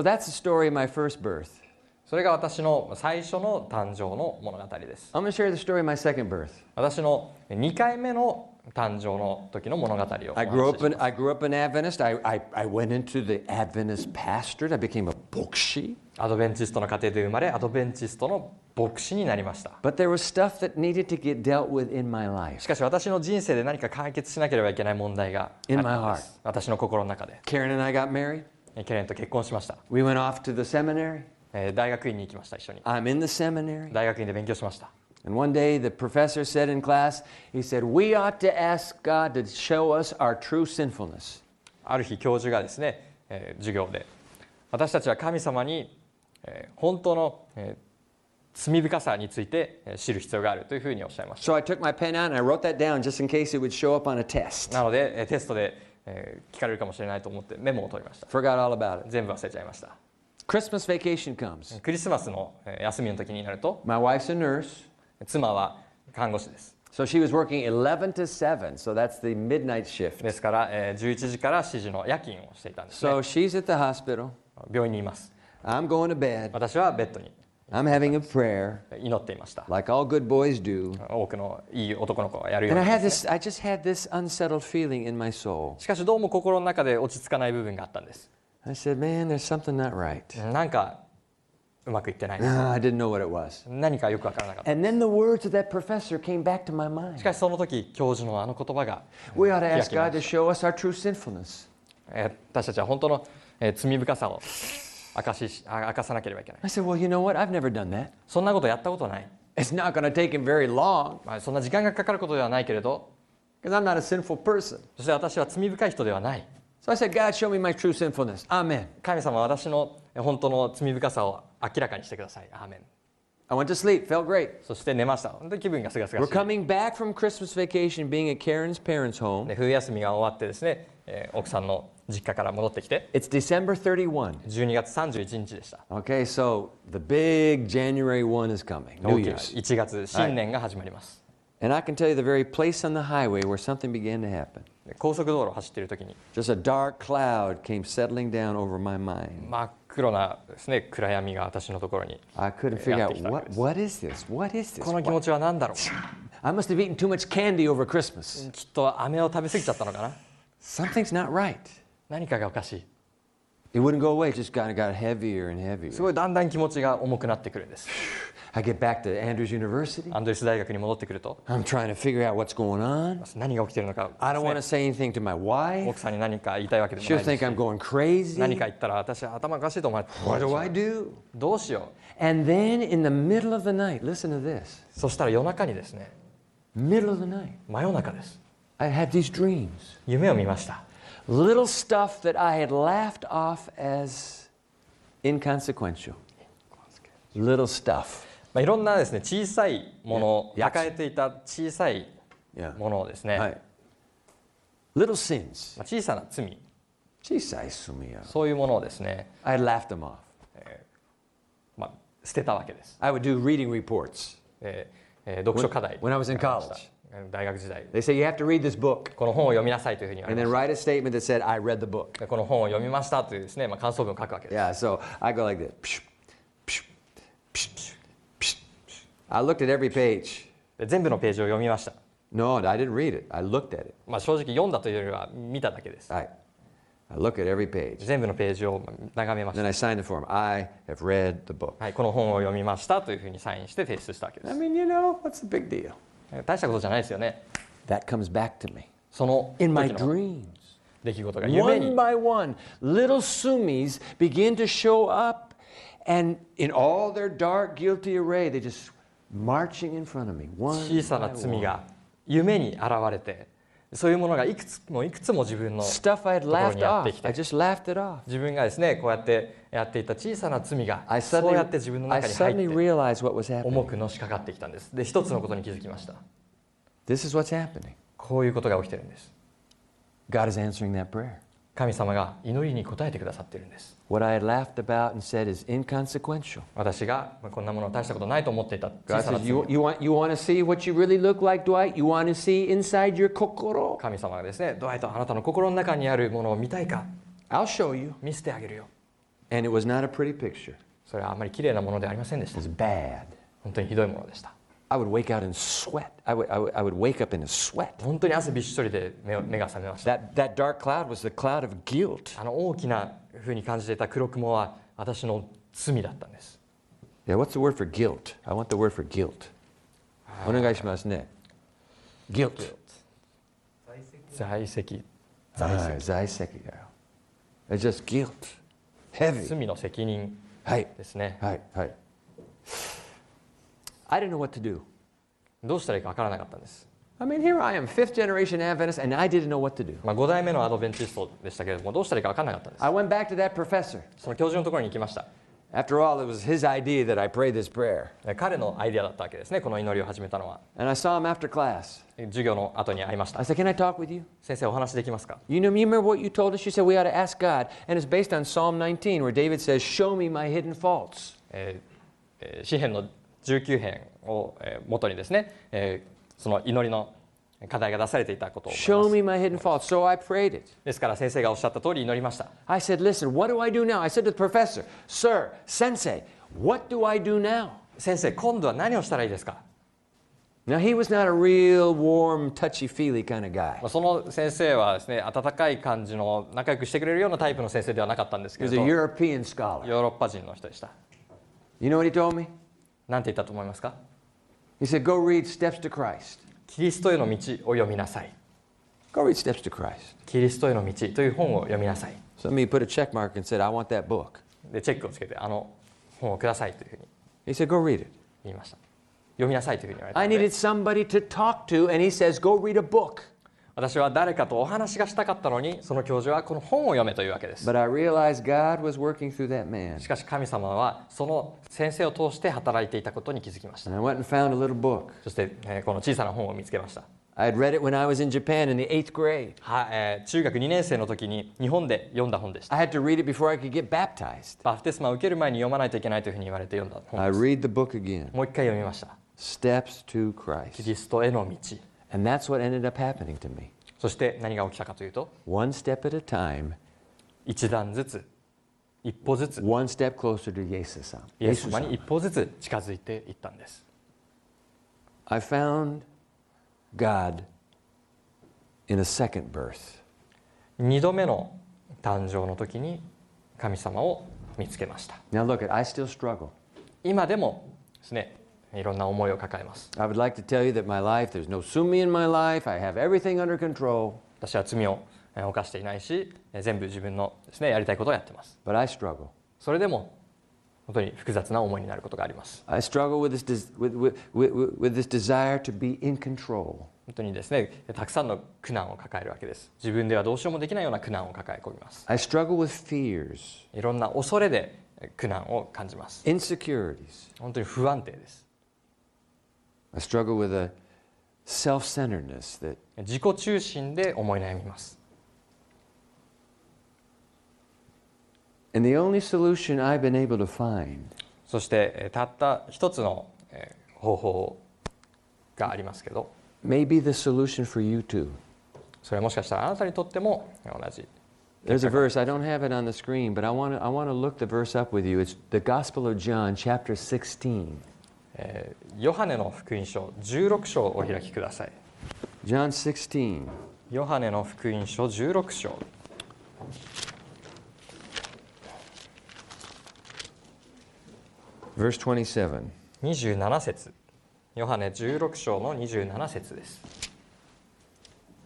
A: that's the story of my first birth.
B: それが私の最初の誕生の物語です
A: I'm going to share the story of my second birth.
B: 私の2回目の誕生の時の物語をお話しし
A: I grew up
B: ま
A: an
B: す
A: I grew up an Adventist. I, I, I went into the Adventist pastorate. I became a bokshi.
B: アドベンチストの家庭で生まれアドベンチストの牧師になりました
A: But there was stuff that needed to get dealt with in my life.
B: しかし私の人生で何か解決しなければいけない問題があ
A: In
B: っ
A: my
B: たんです
A: heart
B: 私の心の中で
A: Karen and I got married.
B: えケレンと結婚しました、
A: We went off to the seminary.
B: えー大学院に行きました一緒に
A: I'm in the seminary.
B: 大学院で勉強しました
A: And one day the professor said in class, he said, We ought to ask God to show us our true sinfulness.
B: ある日教授がですね、えー授業で私たちは神様に、えー本当の、えー罪深さについてえー知る必要があるというふうにおっしゃいました
A: So I took my pen out and I wrote that down just in case it would show up on a test.
B: なのでえーテストでえー聞かれるかもしれないと思ってメモを取りました
A: Forgot all about it.
B: 全部忘れちゃいました
A: Christmas vacation comes.
B: クリスマスのえー休みの時になると
A: My wife's a nurse,
B: 妻は看護師です
A: so she was working 11 to 7, so that's the midnight shift.
B: ですから、えー11時から7時の夜勤をしていたんです、ね
A: So she's at the hospital.
B: 病院にいます
A: I'm going to bed.
B: 私はベッドに
A: I'm having a prayer,
B: 祈っていました、
A: like all good boys do.
B: 多くのいい男の子がやるよう
A: And I
B: な
A: had this I just had this unsettled feeling in my soul.
B: しかしどうも心の中で落ち着かない部分があったんです
A: I said, "Man, there's something not right."
B: なんかうまくいってない
A: Ah, I didn't know what it was.
B: 何かよくわからなかった
A: And then the words of that professor came back to my
B: し
A: mind.
B: かしその時教授のあの言葉が
A: We ought to ask
B: 開きま
A: God
B: し
A: to show us our true sinfulness.
B: えー私たちは本当の、えー罪深さを明かしあ明かさなければいけない
A: I said, "Well, you know what? I've never done that.
B: そんなことやったことない、
A: It's not going to take him very long
B: まあ、そんな時間がかかることではないけれど
A: because I'm not a sinful person."
B: そして私は罪深い人ではない
A: So I said, "God, show me my true sinfulness." Amen.
B: 神様私のえー本当の罪深さを明らかにしてくださいアーメン
A: I went to sleep. Felt great.
B: そして寝ました本当に気分がすがすが
A: We're
B: しい
A: coming back from Christmas vacation being at Karen's parents' home.
B: で冬休みが終わってですね、えー奥さんの実家から戻ってきて
A: It's December 31.
B: 12月31日でした
A: Okay, so the big January 1 is coming,
B: 大
A: New
B: きな
A: Year's.
B: 1月新年が始まります、
A: And I can tell you the very place on the highway where something began to happen.
B: で高速道路を走っている時に
A: Just a dark cloud came settling down over my mind.
B: 真っ黒なですね暗闇が私のところに
A: I couldn't figure out
B: やってきたわけです。
A: what, what is this? What is this?
B: この気持
A: What-
B: ちは何だろう
A: I must have eaten too much candy over Christmas.
B: きっと飴を食べ過ぎちゃったのかな
A: Something's not right.
B: 何かがおかしい
A: It wouldn't go away, it just kind of got heavier and
B: す
A: heavier.
B: ごいだんだん気持ちが重くなってくるんです
A: I get back to Andrews University.
B: アンドレス大学に戻ってくると
A: I'm trying to figure out what's going on.
B: 何が起きてるのか
A: I don't
B: で
A: want to
B: すね
A: say anything to my wife.
B: 奥さんに何か言いたいわけでも
A: She'll
B: ないで
A: think
B: す
A: I'm going crazy.
B: 何か言ったら私は頭おかしいと思われて
A: What do I do?
B: どうしよ
A: And then in the middle of the night, listen to this
B: うそしたら夜中にですね
A: middle of the night,
B: 真夜中です
A: I had these dreams.
B: 夢を見ました
A: Little stuff that I had laughed off as inconsequential. Little stuff.
B: まあ、いろんなですね小さいものを
A: いや
B: 抱えていた小さい
A: Yeah.
B: ものをですね、ま
A: Little sins.
B: あ、小さな罪
A: Jeez, I assume yeah.
B: そういうものをですね、
A: I laughed them off.
B: まあ、捨てたわけです、
A: I would do reading reports
B: えーえー読書課題
A: when I was in
B: がありま
A: college.
B: したえー大学時代
A: They say you have to read this book
B: この本を読みなさいというふうに言わ
A: and
B: れ
A: then
B: まし
A: write a statement that said, I read the book.
B: たでこの本を読みましたというですね、まあ、感想文を書くわけです
A: Yeah, so I go like this. Psh, psh, psh, psh, psh, psh. I looked at every page.
B: で全部のページを読みました、
A: No, I didn't read it. I looked at it.
B: まあ、正直読んだというよりは見ただけです、
A: I, I look at every page.
B: 全部のページを眺めまし
A: Then
B: た
A: I signed the form. I have read the book.
B: はい、この本を読みましたというふうにサインして提出したわけで
A: I
B: す
A: mean, you know, what's the big deal?
B: えー大したことじゃないですよね
A: That comes back to me
B: その
A: in my
B: 時の
A: dreams.
B: 出来事が夢に
A: One by one, little sumis begin to show up, and in all their dark, guilty array, they just marching in front of me. One
B: 小さ
A: by
B: な
A: one.
B: 罪が夢に現れてそういうものがいくつもいくつも自分の
A: Stuff I had laughed off.
B: ところにやってきて。
A: I just laughed it off.
B: 自分がですねこうやってやっていた小さな罪が
A: I
B: そう
A: suddenly,
B: やって自分の
A: I
B: 中
A: suddenly
B: に入って
A: realized what was
B: 重
A: happening.
B: くのしかかってきたんですで一つのことに気づきました
A: This is what's happening.
B: こういうことが起きてるんです
A: God is answering that prayer.
B: 神様が祈りに応えてくださってるんです
A: What I had laughed about and said is inconsequential.
B: 私がまあこんなもの大したことないと思っていた小
A: God
B: さな
A: says,
B: 罪
A: you, you, want, you want to see what you really look like, Dwight? You want to see inside your kokoro?
B: 神様がですねどうやとあなたの心の中にあるものを見たいか
A: I'll show you.
B: 見せてあげるよ
A: And it was not a pretty picture.
B: それはあまり綺麗なものではありませんでし
A: It
B: た
A: was bad.
B: 本当にひどいものでした
A: I would wake out in sweat. I would, I would, I would wake up in a sweat.
B: 本当に汗びっしょりで目を目が覚めました
A: That, that dark cloud was the cloud of guilt.
B: あの大きな風に感じていた黒雲は私の罪だったんです。
A: Yeah, what's the word for guilt? I want the word for guilt. Onegaishimasu Guilt.
B: 在籍、
A: Ah, zaiseki. yeah. It's just guilt. Heavy.
B: 罪の責任
A: Hi,
B: ですね。
A: hi, hi. I didn't know what to do.
B: どうしたらいいかわからなかったんです。
A: I mean, here I am, fifth generation Adventist, and I didn't know what to do.
B: まあ、5代目のアドベンチストでしたけれども、どうしたらいいかわからなかったんです。
A: I went back to that professor.
B: その教授のところに行きました。
A: After all, it was his idea that I pray this prayer.
B: 彼のアイデアだったわけですねこの祈りを始めたのは
A: And I saw him after class.
B: 授業の後に会いました
A: I said, Can I talk with you?
B: 先生お話できますか
A: You know, you remember what you told us? You said we ought to ask God. And it's based on Psalm 19, where David says, Show me my hidden faults.
B: えーえー詩編の19編をえー元にですね、えーその祈りの課題が出されていたことを思います
A: Show me my hidden faults. So I prayed it.
B: ですから先生がおっしゃった通り祈りました
A: I said, Listen, what do I do now? I said to the professor, Sir, sensei, what do I do now?
B: 先生今度は何をしたらいいですか
A: Now, he was not a real warm, touchy feely kind of guy.
B: まあその先生はですね温かい感じの仲良くしてくれるようなタイプの先生ではなかったんですけ
A: He was
B: れど
A: a
B: ヨ
A: European scholar.
B: ーロッパ人の人でした
A: You know what he told me?
B: なんて言ったと思いますか
A: He said, Go read Steps to Christ.
B: キリストへの道を読みなさい
A: Go read Steps to Christ.
B: キリストへの道という本を読みなさい
A: Somebody put a check mark and said, I want that book.
B: でチェックをつけてあの本をくださいというふうに
A: He said, Go read it.
B: 言いました読みなさいというふうに言われた
A: I
B: ので
A: needed somebody to talk to, and he says, Go read a book.
B: 私は誰かとお話がしたかったのにその教授はこの本を読めというわけです
A: But I realized God was working through that man.
B: しかし神様はその先生を通して働いていたことに気づきました
A: And I went and found a little book.
B: そして、えーこの小さな本を見つけました
A: I had read it when I was in Japan in the eighth grade.
B: は、えー中学2年生の時に日本で読んだ本でした
A: I had to read it before I could get baptized.
B: バプテスマを受ける前に読まないといけないというふうに言われて読んだ
A: I
B: 本です
A: read the book again
B: もう一回読みました
A: Steps to
B: キ
A: Christ.
B: リストへの道
A: And that's what ended up happening to me.
B: そして何が起きたかというと
A: One step at a time,
B: 一段ずつ一歩ずつ
A: one step closer to Jesus. um.
B: イエス様に一歩ずつ近づいていったんです
A: I found God in a second birth.
B: 2度目の誕生の時に神様を見つけました
A: Now look, I still struggle.
B: 今でもですねいろんな思いを抱えます
A: I would like to tell you that my life, there's no sumi in my life. I have everything under control,
B: 私は罪をえー犯していないしえー全部自分のですねやりたいことをやってます
A: but I struggle.
B: それでも本当に複雑な思いになることがあります
A: I struggle with this, des- with, with, with, with this desire to be in control.
B: 本当にですねたくさんの苦難を抱えるわけです自分ではどうしようもできないような苦難を抱え込みます
A: I struggle with fears,
B: いろんな恐れでえー苦難を感じます
A: insecurities.
B: 本当に不安定です
A: I struggle with a self centeredness that
B: 自己中心で思い悩みます
A: And the only solution I've been able to find
B: そしてえーたった一つのえー方法がありますけど
A: may be the solution for you too.
B: それはもしかしたらあなたにとっても同じ
A: There's a verse, I don't have it on the screen, but I want to I want to look the verse up with you. It's the Gospel of John, chapter 16.
B: えーヨハネの福音書16章をお開きください
A: John 16.
B: ヨハネの福音書16章
A: Verse 27.
B: 27節ヨハネ16章の27節です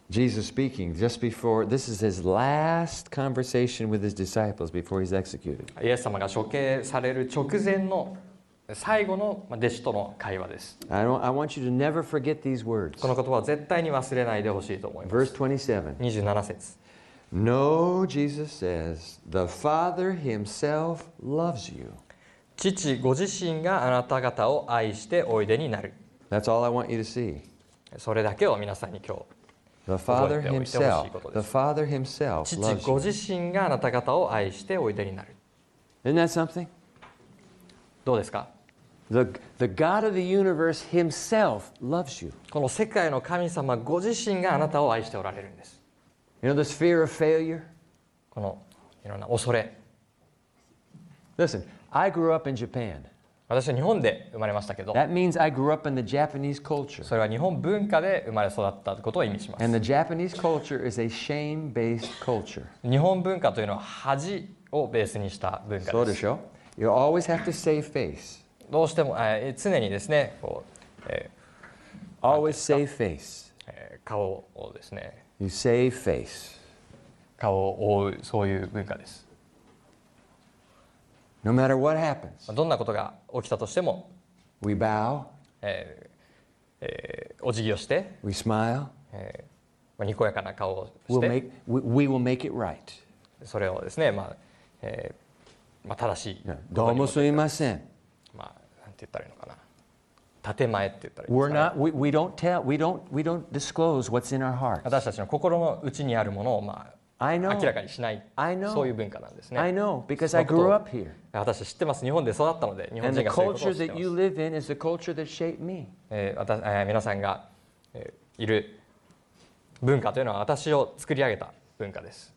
A: Jesus speaking just before, this is his last conversation with his disciples before he's executed.
B: イエス様が処刑される直前の最後のまあ弟子との会話です
A: I, don't, I want you to never forget these words.
B: この言葉を絶対に忘れないでほしいと思いま
A: Verse
B: す
A: 27.
B: 27節
A: No, Jesus says, the Father himself loves you.
B: 父ご自身があなた方を愛しておいでになる
A: That's all I want you to see.
B: それだけを皆さんに今日
A: The Father
B: Oite- oite-
A: himself.
B: oite-
A: The Father himself
B: 父
A: loves
B: ご
A: you.
B: 自身があなた方を愛しておいでになる
A: Isn't that something?
B: どうですか
A: The, the God of the universe himself loves you.
B: この世界の神様ご自身があなたを愛しておられるんです
A: You know this fear of failure?
B: このいろんな恐れ
A: Listen, I grew up in Japan.
B: 私は日本で生まれましたけど
A: That means I grew up in the Japanese culture.
B: それは日本文化で生まれ育ったことを意味しま
A: And
B: す
A: the Japanese culture is a shame based culture.
B: 日本文化というのは恥をベースにした文化です
A: show. You always have to save face.
B: どうしても、えー常にですねこう、え
A: Always save face.
B: ーえー顔をですね
A: You save face.
B: 顔を覆うそういう文化です
A: No matter what happens,
B: どんなことが起きたとしても
A: we bow,
B: えーえーお辞儀をして、
A: we smile,
B: えーまあ、にこやかな顔をし
A: we'll
B: て
A: make, we, we will make it right.
B: それをですね、まあえまあ、正しいことに
A: どうもすみません。
B: まあ、なんて言ったらいいのかな建前って言ったらいいんで
A: We're
B: すかね
A: not, we, we don't tell, we don't, we don't disclose what's in our heart.
B: 私たちの心の内にあるものを、まあ、
A: I
B: 明
A: know.
B: らかにしない
A: I know.
B: そういう文化なんです
A: I
B: ね
A: know because
B: そ
A: I
B: のこと
A: grew up here.
B: 私は知ってます日本で育ったので日本
A: And the
B: 人がそういうことを
A: culture
B: 知って
A: that
B: ま
A: you
B: す、
A: live in is the culture that shaped me.
B: えー私えー皆さんが、えーいる文化というのは私を作り上げた文化です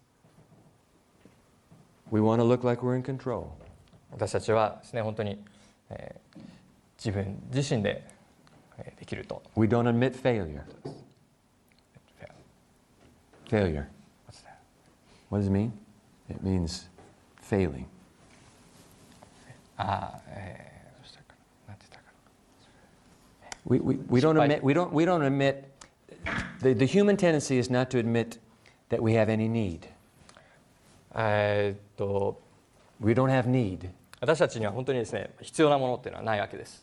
A: We want to look like we're in control.
B: 私たちはですね本当に、えー自分自身で、えーできると
A: We don't admit failure. Failure.
B: What's that?
A: What does it mean? It means failing.
B: あー、えーどうしたかななんて言ったか
A: We, we, we don't admit,
B: Despite-
A: we don't, we don't admit, the, the human tendency is not to admit that we have any need.
B: なえーっと
A: We don't have need.
B: 私たちには本当にですね必要なものっていうのはないわけです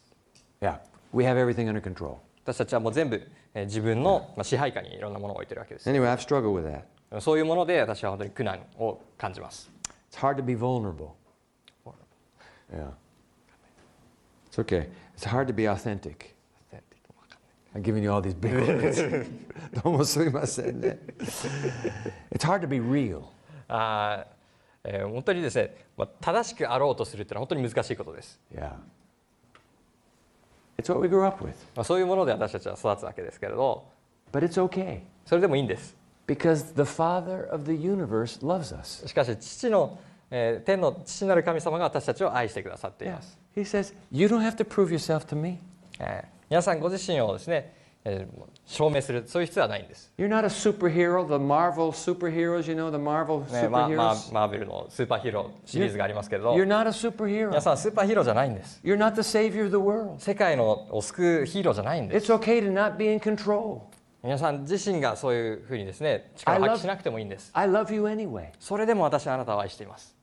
A: Yeah. We have everything under control.
B: 私たちはもう全部、えー自分の、まあ、支配下にいろんなものを置いてるわけです
A: Anyway, I've struggled with that.
B: そういうもので私は本当に苦難を感じます
A: It's hard to be vulnerable. Yeah. It's okay. It's hard to be authentic. I'm giving you all these big words. どうもすいませんね。it's hard to be real.
B: あーえー本当にですね、まあ、正しくあろうとするっていうのは本当に難しいことです、
A: Yeah. It's what we grew up with.
B: まあ、そういうもので私たちは育つわけですけれど
A: But it's okay
B: それでもいいんです
A: because the Father of the universe loves us.
B: しかし父の、えー天の父なる神様が私たちを愛してくださっています、
A: He says, You don't have to prove yourself to me.
B: えー皆さんご自身をですね、えー証明するそういう必要はないんです、
A: You're not a superhero, the Marvel superheroes, you know, the Marvel
B: ねまあまあ
A: superheroes.
B: マーベルのスーパーヒーローシリーズがありますけれど
A: You're not a
B: 皆
A: superhero.
B: さんはスーパーヒーローじゃないんです
A: You're not the savior of the world.
B: 世界のを救うヒーローじゃないんです
A: It's okay to not be in control.
B: 皆さん自身がそういうふうにですね力を
A: I love-
B: 発揮しなくてもいいんです
A: I love you anyway.
B: それでも私はあなたを愛しています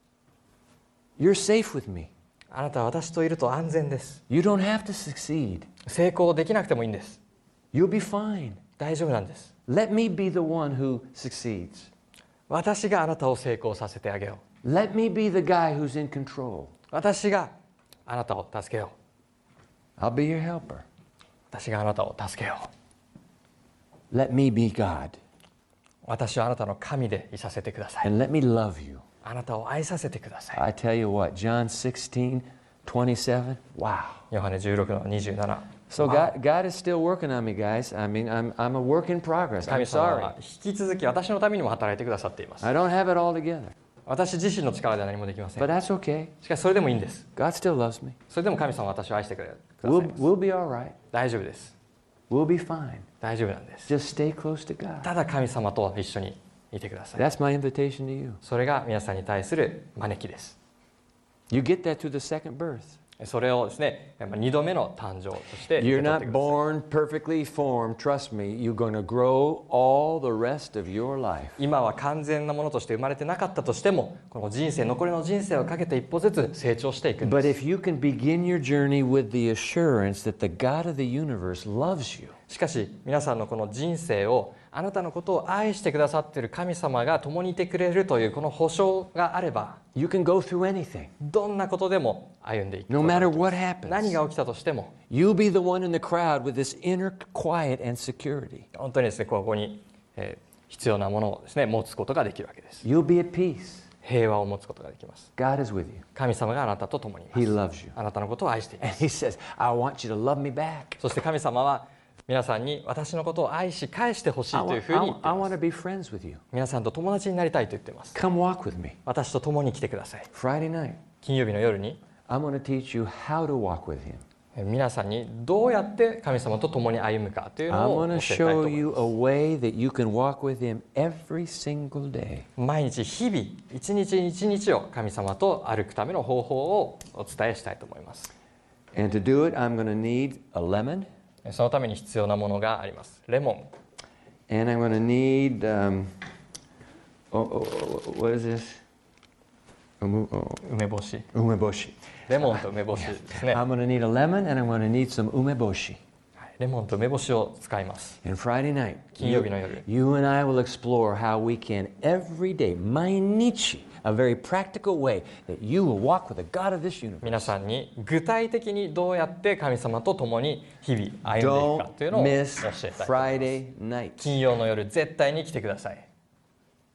A: You're safe with me.
B: あなたは私といると安全です
A: You don't have to succeed.
B: 成功できなくてもいいんです
A: You'll be fine.
B: 大丈夫なんです
A: Let me be the one who succeeds.
B: 私があなたを成功させてあげよう
A: Let me be the guy who's in control.
B: 私があなたを助けよう
A: I'll be your helper.
B: 私があなたを助けよう
A: Let me be God
B: 私はあなたの神でいさせてください
A: and let me love you.
B: あなたを愛させてください
A: I tell you what, John 16, 27. Wow.
B: ヨハネ16の27
A: So God, God is still working on me, guys. I mean, I'm, I'm a work in progress.
B: 神
A: I'm
B: 様
A: sorry.
B: は引き続き私のためにも働いてくださっています
A: I don't have it all together.
B: 私自身の力では何もできませ
A: But
B: ん
A: that's okay.
B: しかしそれでもいいんです
A: God still loves me.
B: それでも神様は私を愛してくれください
A: We'll, we'll be all right.
B: 大丈夫です
A: We'll be fine.
B: 大丈夫なんです
A: Just stay close to God.
B: ただ神様と一緒にいてください
A: That's my invitation to you.
B: それが皆さんに対する招きです
A: You get that through the second birth.
B: それをですね2度目の誕生として受け取
A: You're
B: って
A: not
B: ください
A: born perfectly formed. Trust me, you're going to grow all the rest of your life.
B: 今は完全なものとして生まれてなかったとしてもこの人生残りの人生をかけて一歩ずつ成長していくん
A: But
B: で
A: if you can begin your journey with the assurance that the God of the universe loves you,
B: すしかし皆さんのこの人生をあなたのことを愛してくださっている神様が共にいてくれるというこの保証があれば
A: you can go through anything,
B: どんなことでも歩んでいく
A: no
B: ことが
A: matter what happens.
B: 何が起きたとしても
A: You'll be the one in the crowd with this inner quiet and security.
B: 本当にですねここに、えー必要なものをですね持つことができるわけです
A: You'll be at peace.
B: 平和を持つことができます
A: God is with you,
B: 神様があなたと共にいま
A: He
B: す
A: loves you.
B: あなたのことを愛していま
A: And
B: す
A: He says, I want you to love me back.
B: そして神様は皆さんに私のことを愛し返してほし
A: I
B: いというふうに言ってい
A: want
B: ま
A: to
B: す
A: be friends with you.
B: 皆さんと友達になりたいと言っています
A: Come walk with me.
B: 私と共に来てください
A: Friday night,
B: 金曜日の夜に
A: I'm going to teach you how to walk with Him.
B: え皆さんにどうやって神様と共に歩むかという
A: I'm
B: のを
A: going
B: 教え
A: to
B: たい
A: show
B: と思い
A: you
B: ま
A: a way that you can walk with Him every single day.
B: す毎日日々一日一日を神様と歩くための方法をお伝えしたいと思います
A: And to do it, I'm going to need a lemon,
B: えそのために必要なものがありますレモン
A: and I'm going to need, um, oh, oh, oh, what is this? Umu, oh,
B: 梅干し
A: umeboshi.
B: レモンと梅干しです ね、は
A: I'm going to need a lemon, and I'm going to need some umeboshi.
B: いレモンと梅干しを使います
A: And Friday night,
B: 金曜日の夜
A: you and I will explore how we can every day, mainichi,
D: a very practical way that you will walk with the God of this universe.
B: 皆さんに具体的にどうやって神様と共に日々歩んでいくかというの
A: Don't
B: を教え
A: miss
B: ていただいて
A: Friday night.
B: 金曜の夜絶対に来てください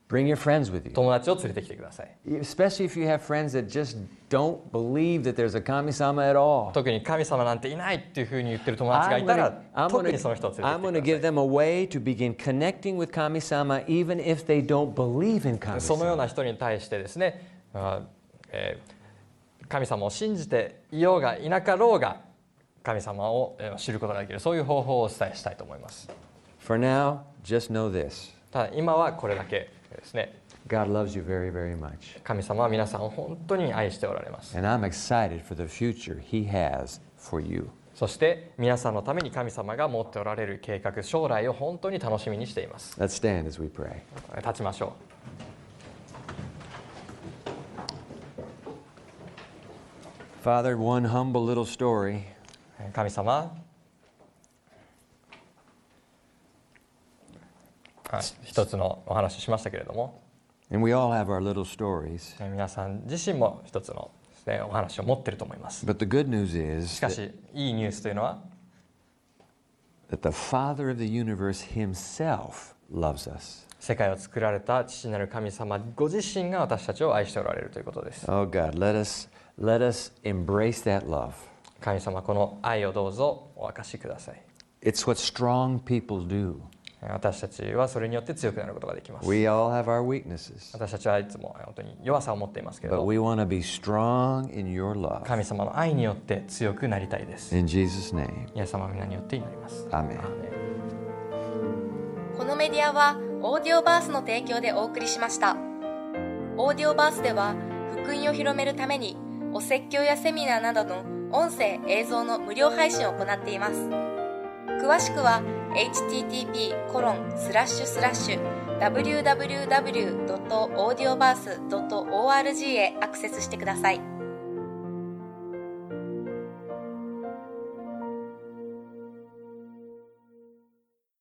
D: Bring your friends with you.
B: 友達を連れてきてください
A: Especially if you have friends that just don't believe that there's a kami-sama at all.
B: 特に神様なんていないっていうふうに言ってる友達が
A: I'm
B: いた
A: gonna,
B: ら
A: I'm
B: 特
A: gonna-
B: にその人を連
A: I'm
B: れ
A: gonna
B: てきて
A: give
B: くださ
A: them a way to begin connecting with kami-sama even if they don't believe in
B: いそのよ
A: kami-sama.
B: うな人に対してですね、あえー神様を信じていようがいなかろうが神様をえー知ることができるそういう方法をお伝えしたいと思います
A: For now, just know this.
B: ただ今はこれだけですね
A: God loves you very, very much.
B: 神様は皆さんを本当に愛しておられます
A: And I'm excited for the future He has for you.
B: そして皆さんのために神様が持っておられる計画将来を本当に楽しみにしています
A: Let's stand as we pray.
B: 立ちましょう
A: Father, one humble little story.
B: 神様あ一つのお話ししましたけれども
A: And we all have our little stories.
B: え皆さん自身も一つのですねお話を持ってると思います
A: But the good news is
B: しか
A: that,
B: しいいニュースというのは
A: that the Father of the universe Himself loves us.
B: 世界を作られた父なる神様ご自身が私たちを愛しておられるということです
A: Oh God, let us, let us embrace that love.
B: 神様この愛をどうぞお明かしください
A: It's what strong people do.
B: え私たちはそれによって強くなることができます
A: We all have our weaknesses,
B: 私たちはいつも本当に弱さを持っていますけれ
A: but
B: ど
A: we want to be strong in your love.
B: 神様の愛によって強くなりたいです
A: In Jesus' name,
B: イエス様の皆によって祈ります
A: Amen.
B: メン
E: このメディアはオーディオバースの提供でお送りしましたオーディオバースでは福音を広めるためにお説教やセミナーなどの音声映像の無料配信を行っています詳しくは http://www.audioverse.org へアクセスしてください